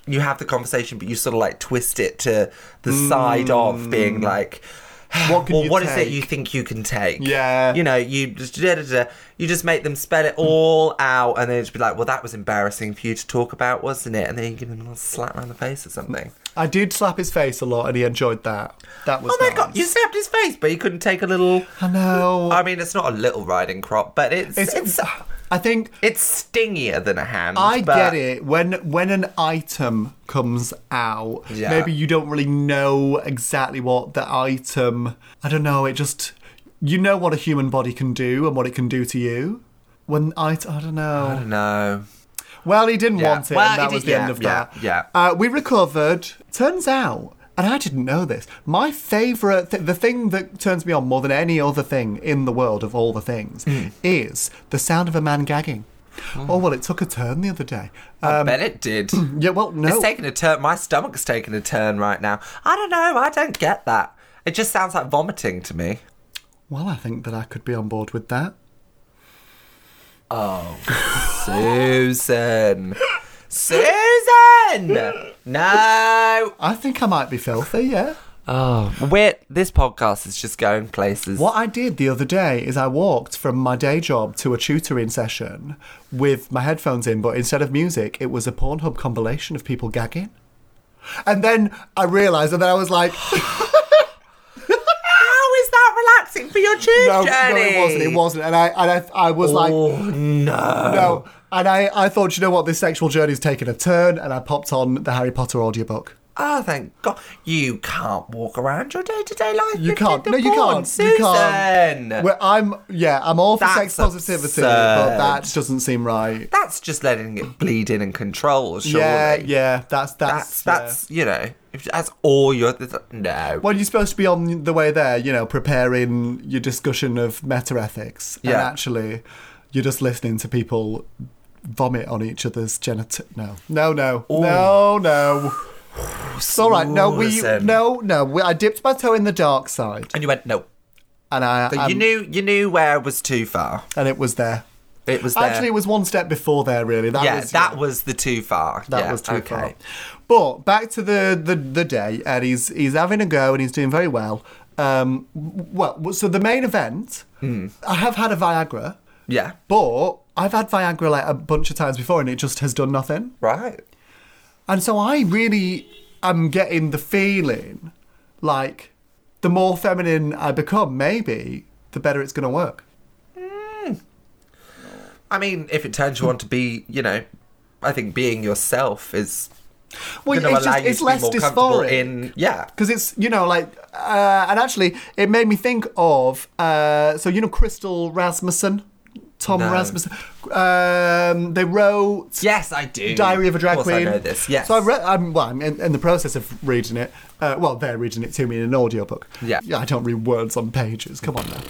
[SPEAKER 3] you have the conversation, but you sort of like twist it to the side of being like.
[SPEAKER 2] Mm. What can
[SPEAKER 3] well,
[SPEAKER 2] you
[SPEAKER 3] what is it
[SPEAKER 2] take?"
[SPEAKER 3] you think you can take?
[SPEAKER 2] Yeah.
[SPEAKER 3] you know, you just da, da, da, you just make them spell it all out, and then just be like, "Well, that was embarrassing for you to talk about, wasn't it?" And then you give them a little slap around the face or something.
[SPEAKER 2] I did slap his face a lot and he enjoyed that. That Mm. was
[SPEAKER 3] Oh my
[SPEAKER 2] nice.
[SPEAKER 3] god, you slapped his face, but you couldn't take a little.
[SPEAKER 2] I know.
[SPEAKER 3] I mean, it's not a little riding crop, but it's it's it's,
[SPEAKER 2] it's I think
[SPEAKER 3] stingier than a hand.
[SPEAKER 2] I
[SPEAKER 3] but-
[SPEAKER 2] get it. When when an item comes out,
[SPEAKER 3] Yeah.
[SPEAKER 2] maybe you don't really know exactly what the item. I don't know. It just you know what a human body can do and what it can do to you. When I, I don't know.
[SPEAKER 3] No.
[SPEAKER 2] Well, he didn't
[SPEAKER 3] Yeah.
[SPEAKER 2] want it,
[SPEAKER 3] Well,
[SPEAKER 2] and that
[SPEAKER 3] he
[SPEAKER 2] was
[SPEAKER 3] did-
[SPEAKER 2] the
[SPEAKER 3] yeah,
[SPEAKER 2] end of
[SPEAKER 3] yeah,
[SPEAKER 2] that.
[SPEAKER 3] yeah.
[SPEAKER 2] Uh, we recovered. Turns out, and I didn't know this, my favourite, th- the thing that turns me on more than any other thing in the world of all the things,
[SPEAKER 3] Hmm.
[SPEAKER 2] is the sound of a man gagging. Oh, well, it took a turn the other day. Uh,
[SPEAKER 3] I bet it did.
[SPEAKER 2] yeah, well, no.
[SPEAKER 3] It's taking a turn. My stomach's taking a turn right now. I don't know. I don't get that. It just sounds like vomiting to me.
[SPEAKER 2] Well, I think that I could be on board with that.
[SPEAKER 3] Susan. Susan! No!
[SPEAKER 2] I think I might be filthy, yeah.
[SPEAKER 3] Oh, wait, this podcast is just going places.
[SPEAKER 2] What I did the other day is I walked from my day job to a tutoring session with my headphones in, but instead of music, it was a Pornhub compilation of people gagging. And then I realised, and then I was like,
[SPEAKER 3] How is that cheese
[SPEAKER 2] no, no,
[SPEAKER 3] journey.
[SPEAKER 2] it wasn't. It wasn't. And I and I, I was like,
[SPEAKER 3] Oh no.
[SPEAKER 2] no. And I, I thought, you know what, this sexual journey's taken a turn, and I popped on the Harry Potter audiobook.
[SPEAKER 3] Oh, thank God. You can't walk around your day to day life.
[SPEAKER 2] You
[SPEAKER 3] with
[SPEAKER 2] can't.
[SPEAKER 3] the
[SPEAKER 2] No, you
[SPEAKER 3] porn,
[SPEAKER 2] can't.
[SPEAKER 3] Susan.
[SPEAKER 2] You can't. Well, I'm yeah, I'm all for
[SPEAKER 3] That's
[SPEAKER 2] sex positivity,
[SPEAKER 3] absurd.
[SPEAKER 2] but that doesn't seem right.
[SPEAKER 3] That's just letting it bleed in and control, surely.
[SPEAKER 2] Yeah, yeah, that's that's
[SPEAKER 3] That's,
[SPEAKER 2] yeah.
[SPEAKER 3] that's you know, if that's all you're. th- No.
[SPEAKER 2] Well, you're supposed to be on the way there, you know, preparing your discussion of meta ethics. And
[SPEAKER 3] Yeah.
[SPEAKER 2] actually, you're just listening to people vomit on each other's genital. No, no, no, no, no. It's all right. No, we,
[SPEAKER 3] Susan.
[SPEAKER 2] no, no. We, I dipped my toe in the dark side,
[SPEAKER 3] And you went, no.
[SPEAKER 2] and I,
[SPEAKER 3] But you
[SPEAKER 2] um,
[SPEAKER 3] knew you knew where it was too far.
[SPEAKER 2] and it was there.
[SPEAKER 3] It was there.
[SPEAKER 2] Actually, it was one step before there. Really, that
[SPEAKER 3] yeah,
[SPEAKER 2] was,
[SPEAKER 3] that was the too far.
[SPEAKER 2] That
[SPEAKER 3] Yeah,
[SPEAKER 2] was too
[SPEAKER 3] okay.
[SPEAKER 2] far. But back to the, the, the day, and he's he's having a go, and he's doing very well. Um, w- well, so the main event,
[SPEAKER 3] Hmm.
[SPEAKER 2] I have had a Viagra,
[SPEAKER 3] Yeah.
[SPEAKER 2] but I've had Viagra like a bunch of times before, and it just has done nothing.
[SPEAKER 3] Right.
[SPEAKER 2] And so I really am getting the feeling, like, the more feminine I become, maybe the better it's going to work.
[SPEAKER 3] I mean, if it turns you on to be, you know, I think being yourself is
[SPEAKER 2] Well,
[SPEAKER 3] going to
[SPEAKER 2] it's
[SPEAKER 3] allow
[SPEAKER 2] just
[SPEAKER 3] you
[SPEAKER 2] it's
[SPEAKER 3] to
[SPEAKER 2] less
[SPEAKER 3] be more comfortable
[SPEAKER 2] dysphoric.
[SPEAKER 3] in. Yeah.
[SPEAKER 2] because it's you know like uh, and actually it made me think of uh, so you know Crystal Rasmussen, Tom
[SPEAKER 3] No.
[SPEAKER 2] Rasmussen. Um, they wrote
[SPEAKER 3] Yes, I do.
[SPEAKER 2] Diary of a Drag
[SPEAKER 3] of course
[SPEAKER 2] Queen.
[SPEAKER 3] I know this. Yes.
[SPEAKER 2] So I read. I'm, well, I'm in, in the process of reading it. Uh, well, they're reading it to me in an audiobook.
[SPEAKER 3] Yeah.
[SPEAKER 2] Yeah. I don't read words on pages. Come on now.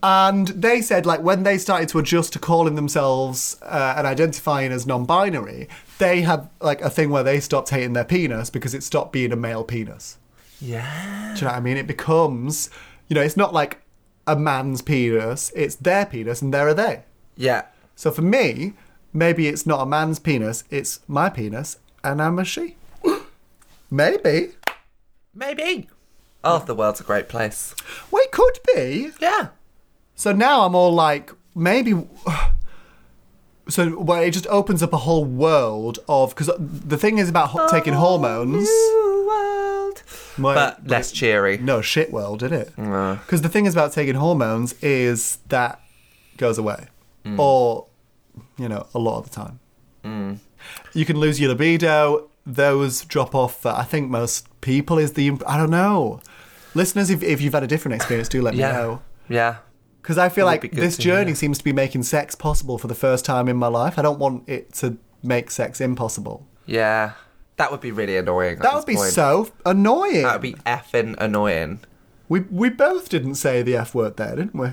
[SPEAKER 2] And they said like when they started to adjust to calling themselves uh, and identifying as non-binary, they had like a thing where they stopped hating their penis because it stopped being a male penis.
[SPEAKER 3] Yeah.
[SPEAKER 2] Do you know what I mean? It becomes, you know, it's not like a man's penis, it's their penis and there are they.
[SPEAKER 3] Yeah.
[SPEAKER 2] So for me, maybe it's not a man's penis, it's my penis and I'm a she. maybe.
[SPEAKER 3] Maybe. Oh, the world's a great place.
[SPEAKER 2] Well, it could be.
[SPEAKER 3] Yeah.
[SPEAKER 2] So now I'm all like, maybe. So well, it just opens up a whole world of because the thing is about ho- taking hormones.
[SPEAKER 3] New world.
[SPEAKER 2] My-
[SPEAKER 3] but
[SPEAKER 2] my-
[SPEAKER 3] less cheery.
[SPEAKER 2] No shit world, did it? Because the thing is about taking hormones is that goes away,
[SPEAKER 3] Mm.
[SPEAKER 2] or you know, a lot of the time. You can lose your libido. Those drop off. For, I think most people is the. imp- I don't know. Listeners, if, if you've had a different experience, do let me
[SPEAKER 3] Yeah.
[SPEAKER 2] know.
[SPEAKER 3] Yeah.
[SPEAKER 2] Because I feel
[SPEAKER 3] be
[SPEAKER 2] like
[SPEAKER 3] good
[SPEAKER 2] this
[SPEAKER 3] to
[SPEAKER 2] journey seems to be making sex possible for the first time in my life. I don't want it to make sex impossible.
[SPEAKER 3] Yeah. That would be really annoying. at
[SPEAKER 2] That would be
[SPEAKER 3] this point.
[SPEAKER 2] so annoying.
[SPEAKER 3] That would be effing annoying.
[SPEAKER 2] we we both didn't say the f word there, didn't we?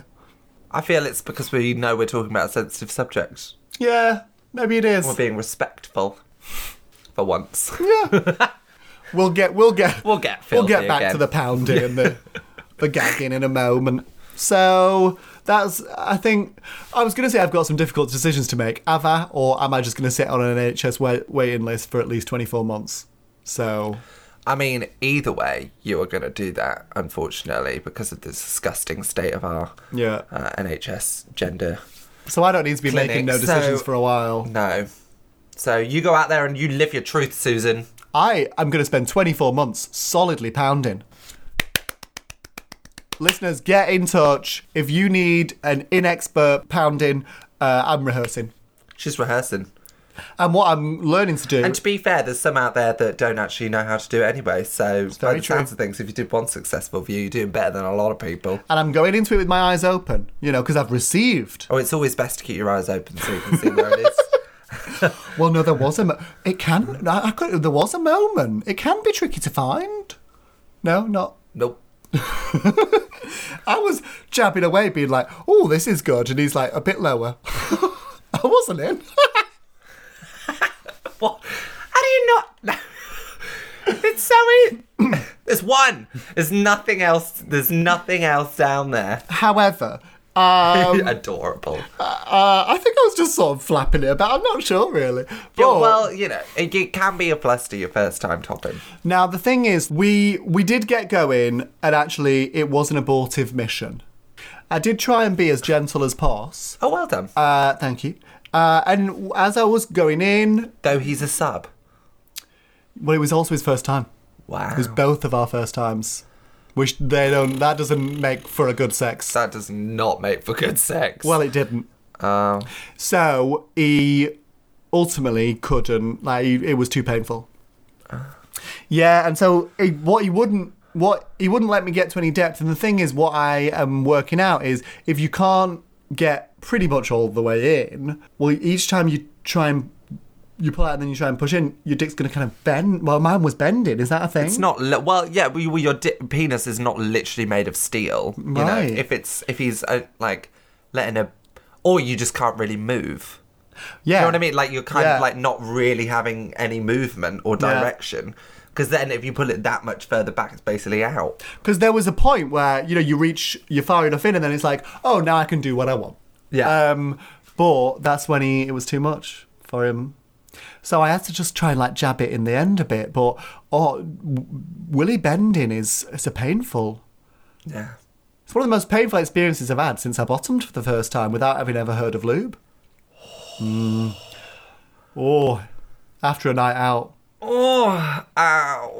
[SPEAKER 3] I feel it's because we know we're talking about a sensitive subject.
[SPEAKER 2] Yeah, maybe it is.
[SPEAKER 3] We're being respectful for once.
[SPEAKER 2] yeah. we'll get we'll get
[SPEAKER 3] We'll get
[SPEAKER 2] we'll get
[SPEAKER 3] filthy
[SPEAKER 2] back
[SPEAKER 3] again.
[SPEAKER 2] to the pounding and the the gagging in a moment. So that's I think I was going to say I've got some difficult decisions to make. Have I, or am I just going to sit on an NHS wait, waiting list for at least twenty four months? So
[SPEAKER 3] I mean, either way, you are going to do that, unfortunately, because of this disgusting state of our
[SPEAKER 2] Yeah.
[SPEAKER 3] uh, NHS gender.
[SPEAKER 2] so I don't need to be making
[SPEAKER 3] Clinic,
[SPEAKER 2] no decisions
[SPEAKER 3] so-
[SPEAKER 2] for a while.
[SPEAKER 3] No. So you go out there and you live your truth, Susan.
[SPEAKER 2] I am going to spend 24 months solidly pounding. Listeners, get in touch if you need an inexpert pounding. Uh, I'm rehearsing,
[SPEAKER 3] She's rehearsing.
[SPEAKER 2] and what I'm learning to do.
[SPEAKER 3] And to be fair, there's some out there that don't actually know how to do it anyway. So, by
[SPEAKER 2] very
[SPEAKER 3] the
[SPEAKER 2] true.
[SPEAKER 3] sounds of things, if you did one successful view, you're doing better than a lot of people.
[SPEAKER 2] and I'm going into it with my eyes open, you know, because I've received.
[SPEAKER 3] Oh, it's always best to keep your eyes open so you can see where it is.
[SPEAKER 2] Well, no, there was a. Mo- it can. I, I could. There was a moment. It can be tricky to find. No, not.
[SPEAKER 3] Nope.
[SPEAKER 2] I was jabbing away, being like, "Oh, this is good," and he's like, "A bit lower." I wasn't in.
[SPEAKER 3] What? How do you not? it's so. E- There's one. There's nothing else. There's nothing else down there.
[SPEAKER 2] However, um,
[SPEAKER 3] Adorable.
[SPEAKER 2] Uh, I think I was just sort of flapping it about. I'm not sure really. But
[SPEAKER 3] Yeah, well, you know, it, it can be a plus to your first time topping.
[SPEAKER 2] now the thing is, we we did get going, and actually, it was an abortive mission. I did try and be as gentle as pos.
[SPEAKER 3] Oh, well done.
[SPEAKER 2] Uh, thank you. Uh, and as I was going in,
[SPEAKER 3] Though he's a sub.
[SPEAKER 2] well, it was also his first time.
[SPEAKER 3] Wow.
[SPEAKER 2] It was both of our first times. which they don't. That doesn't make for a good sex.
[SPEAKER 3] That does not make for good sex.
[SPEAKER 2] Well, it didn't.
[SPEAKER 3] Oh.
[SPEAKER 2] So he ultimately couldn't. Like he, it was too painful. Ah. Yeah, and so he, what he wouldn't what he wouldn't let me get to any depth. And the thing is, what I am working out is if you can't get pretty much all the way in, well, each time you try and you pull out and then you try and push in, your dick's gonna kind of bend. Well, mine was bending. Is that a thing?
[SPEAKER 3] It's not li- well, yeah. Well, you- well, your di- penis is not literally made of steel. You know,
[SPEAKER 2] Right.
[SPEAKER 3] if it's if he's uh, like letting a, or you just can't really move.
[SPEAKER 2] Yeah.
[SPEAKER 3] You know what I mean? Like you're kind
[SPEAKER 2] Yeah.
[SPEAKER 3] of like not really having any movement or
[SPEAKER 2] Yeah.
[SPEAKER 3] direction. Because then if you pull it that much further back, it's basically out.
[SPEAKER 2] Because there was a point where you know you reach you're far enough in, and then it's like, oh, now I can do what I want.
[SPEAKER 3] Yeah.
[SPEAKER 2] Um, but that's when he it was too much for him. So I had to just try and like jab it in the end a bit. But oh, w- Willie bending is it's a painful.
[SPEAKER 3] Yeah.
[SPEAKER 2] It's one of the most painful experiences I've had since I bottomed for the first time without having ever heard of lube. Mm. Oh, after a night out.
[SPEAKER 3] Oh, ow.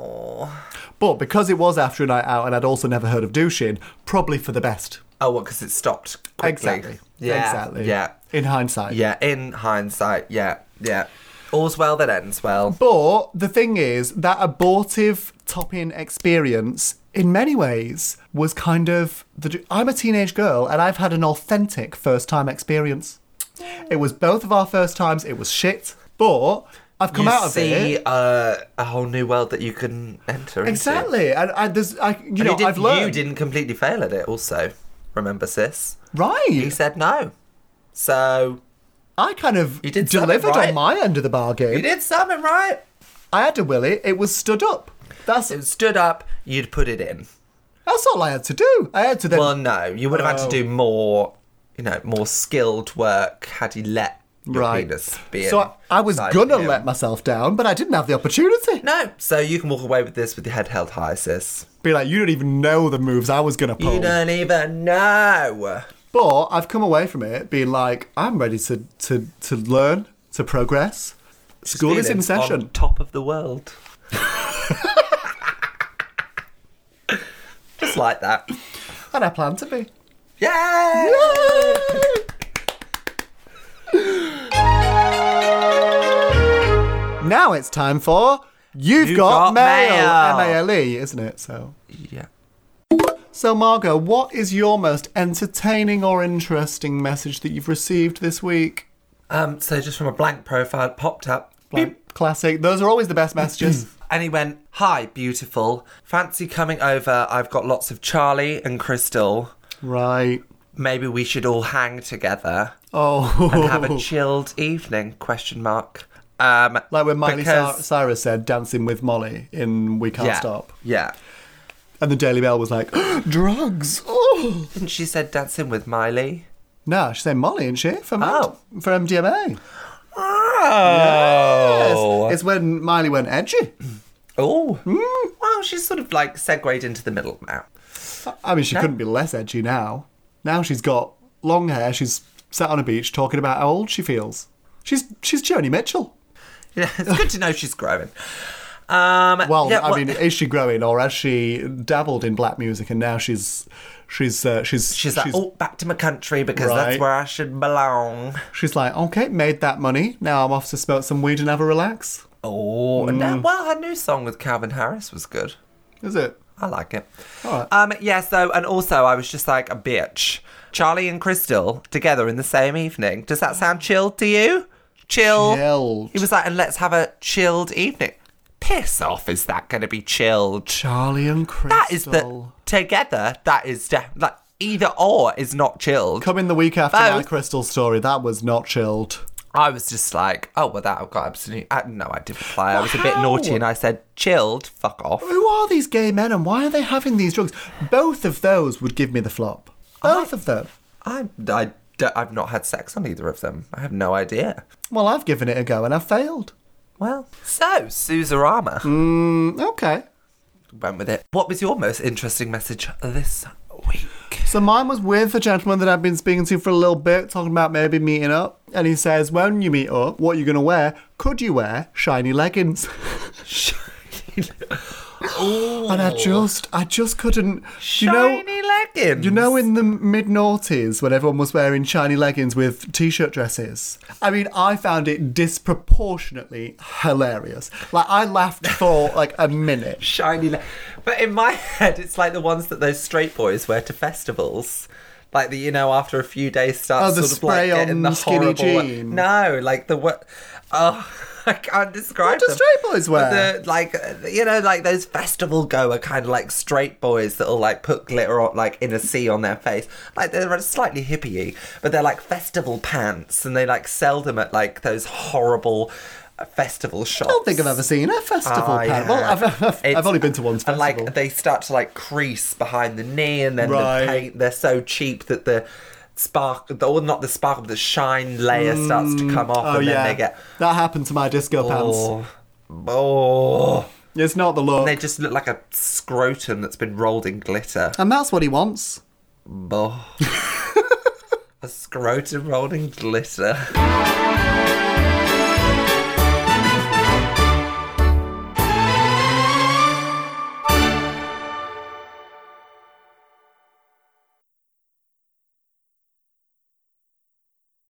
[SPEAKER 3] Oh,
[SPEAKER 2] But because it was after a night out and I'd also never heard of douching, probably for the best.
[SPEAKER 3] oh well, because it stopped quickly.
[SPEAKER 2] Exactly.
[SPEAKER 3] Yeah.
[SPEAKER 2] Exactly.
[SPEAKER 3] Yeah.
[SPEAKER 2] In hindsight.
[SPEAKER 3] Yeah. In hindsight, yeah. Yeah. All's well that ends well.
[SPEAKER 2] But the thing is, that abortive topping experience, in many ways, was kind of the. I'm a teenage girl and I've had an authentic first time experience. It was both of our first times, it was shit. But I've come
[SPEAKER 3] you
[SPEAKER 2] out of
[SPEAKER 3] see
[SPEAKER 2] it.
[SPEAKER 3] Uh, a whole new world that you can enter into.
[SPEAKER 2] Exactly. And I, there's, I, you
[SPEAKER 3] And
[SPEAKER 2] know,
[SPEAKER 3] you, did,
[SPEAKER 2] I've learned.
[SPEAKER 3] you didn't completely fail at it, also. Remember, sis? He
[SPEAKER 2] Right.
[SPEAKER 3] said no. So
[SPEAKER 2] I kind of
[SPEAKER 3] You did something
[SPEAKER 2] delivered
[SPEAKER 3] right.
[SPEAKER 2] on my end of the bargain.
[SPEAKER 3] you did something right.
[SPEAKER 2] I had a willy, it was stood up. That's
[SPEAKER 3] It stood up. You'd put it in.
[SPEAKER 2] that's all I had to do. I had to then
[SPEAKER 3] Well, no, you would have had
[SPEAKER 2] Oh.
[SPEAKER 3] to do more, you know, more skilled work had you let your penis be in.
[SPEAKER 2] So I, I was
[SPEAKER 3] Like,
[SPEAKER 2] gonna
[SPEAKER 3] yeah.
[SPEAKER 2] let myself down, but I didn't have the opportunity.
[SPEAKER 3] No, so you can walk away with this with your head held high, sis.
[SPEAKER 2] Be like, you don't even know the moves I was gonna pull.
[SPEAKER 3] You don't even know.
[SPEAKER 2] But I've come away from it being like, I'm ready to to to learn, to progress. School is in
[SPEAKER 3] Feelings on
[SPEAKER 2] session.
[SPEAKER 3] top of the world. Just like that.
[SPEAKER 2] and I plan to be.
[SPEAKER 3] Yay!
[SPEAKER 2] Now it's time for You've,
[SPEAKER 3] You've
[SPEAKER 2] got,
[SPEAKER 3] Got
[SPEAKER 2] mail.
[SPEAKER 3] Mail.
[SPEAKER 2] M A L E, isn't it? So
[SPEAKER 3] Yeah.
[SPEAKER 2] So Margot, what is your most entertaining or interesting message that you've received this week?
[SPEAKER 3] Um, so just from a blank profile, it popped up.
[SPEAKER 2] Like, classic. Those are always the best messages.
[SPEAKER 3] And he went, Hi, beautiful. Fancy coming over? I've got lots of Charlie and Crystal.
[SPEAKER 2] right.
[SPEAKER 3] Maybe we should all hang together
[SPEAKER 2] Oh.
[SPEAKER 3] and have a chilled evening? Question mark. Um,
[SPEAKER 2] like when Miley
[SPEAKER 3] because-
[SPEAKER 2] Cy- Cyrus said dancing with Molly in We Can't
[SPEAKER 3] yeah,
[SPEAKER 2] Stop.
[SPEAKER 3] Yeah.
[SPEAKER 2] And the Daily Mail was like, drugs. Oh.
[SPEAKER 3] Didn't she said dancing with Miley?
[SPEAKER 2] No, she said Molly, isn't she? For, Mad-
[SPEAKER 3] Oh.
[SPEAKER 2] for MDMA.
[SPEAKER 3] Oh.
[SPEAKER 2] Yes. It's when Miley went edgy.
[SPEAKER 3] Oh. Well, she's sort of like segued into the middle now.
[SPEAKER 2] I mean, she couldn't be less edgy now. Now she's got long hair. She's sat on a beach talking about how old she feels. She's she's Joni Mitchell.
[SPEAKER 3] Yeah, it's good to know she's growing. Um,
[SPEAKER 2] Well,
[SPEAKER 3] yeah,
[SPEAKER 2] I mean, is she growing or has she dabbled in black music and now she's she's uh, she's
[SPEAKER 3] she's like, oh, back to my country because
[SPEAKER 2] Right.
[SPEAKER 3] that's where I should belong.
[SPEAKER 2] she's like okay, made that money. Now I'm off to smoke some weed and have a relax.
[SPEAKER 3] Oh, and
[SPEAKER 2] Mm.
[SPEAKER 3] now, well, her new song with Calvin Harris was good.
[SPEAKER 2] Is it?
[SPEAKER 3] I like it.
[SPEAKER 2] Alright.
[SPEAKER 3] Um, yeah, so, and also, I was just like, a bitch. Charlie and Crystal together in the same evening. Does that sound chilled to you? Chill.
[SPEAKER 2] Chilled.
[SPEAKER 3] He was like, and let's have a chilled evening. Piss off, is that going to be chilled?
[SPEAKER 2] Charlie and Crystal.
[SPEAKER 3] That is the. Together, that is def- like, either or is not chilled.
[SPEAKER 2] Come in the week after my
[SPEAKER 3] Both.
[SPEAKER 2] Crystal story. That was not chilled.
[SPEAKER 3] I was just like, oh, well, that got absolutely. Uh, no, I didn't play. I was a bit naughty and I said, chilled, fuck off.
[SPEAKER 2] Who are these gay men and why are they having these drugs? Both of those would give me the flop. Both of them.
[SPEAKER 3] I, I, don't- I've not had sex on either of them. I have no idea.
[SPEAKER 2] Well, I've given it a go and I've failed.
[SPEAKER 3] Well, so, Suzurama
[SPEAKER 2] Mm, Okay.
[SPEAKER 3] went with it. What was your most interesting message this week?
[SPEAKER 2] So mine was with a gentleman that I've been speaking to for a little bit, talking about maybe meeting up. And he says, when you meet up, what are you going to wear? Could you wear shiny leggings? and I just, I just couldn't. You know,
[SPEAKER 3] Shiny leggings.
[SPEAKER 2] you know, in the mid noughties when everyone was wearing shiny leggings with t shirt dresses, I mean, I found it disproportionately hilarious. Like, I laughed for like a minute.
[SPEAKER 3] shiny le- but in my head it's like the ones that those straight boys wear to festivals like the you know after a few days start
[SPEAKER 2] Oh, the
[SPEAKER 3] sort of like
[SPEAKER 2] spray-on
[SPEAKER 3] getting the
[SPEAKER 2] skinny
[SPEAKER 3] horrible
[SPEAKER 2] jean.
[SPEAKER 3] no like the what oh I can't describe
[SPEAKER 2] What do
[SPEAKER 3] them.
[SPEAKER 2] straight boys wear?
[SPEAKER 3] The, like uh, you know, like those festival goer kind of like straight boys that'll like put glitter on, like in a C on their face. Like they're slightly hippie, but they're like festival pants, and they like sell them at like those horrible uh, festival shops.
[SPEAKER 2] I don't think I've ever seen a festival
[SPEAKER 3] I
[SPEAKER 2] pad. Well,
[SPEAKER 3] have.
[SPEAKER 2] I've, I've,
[SPEAKER 3] Ah, It's-
[SPEAKER 2] I've only been to one festival.
[SPEAKER 3] And like they start to like crease behind the knee, and then
[SPEAKER 2] Right.
[SPEAKER 3] the paint they're so cheap that the spark, the, or not the spark, but the shine layer starts to come off,
[SPEAKER 2] oh
[SPEAKER 3] and
[SPEAKER 2] yeah,
[SPEAKER 3] then they get
[SPEAKER 2] that happened to my disco pants.
[SPEAKER 3] oh, oh.
[SPEAKER 2] It's not the look,
[SPEAKER 3] They just look like a scrotum that's been rolled in glitter.
[SPEAKER 2] and that's what he wants.
[SPEAKER 3] Oh. a scrotum rolled in glitter.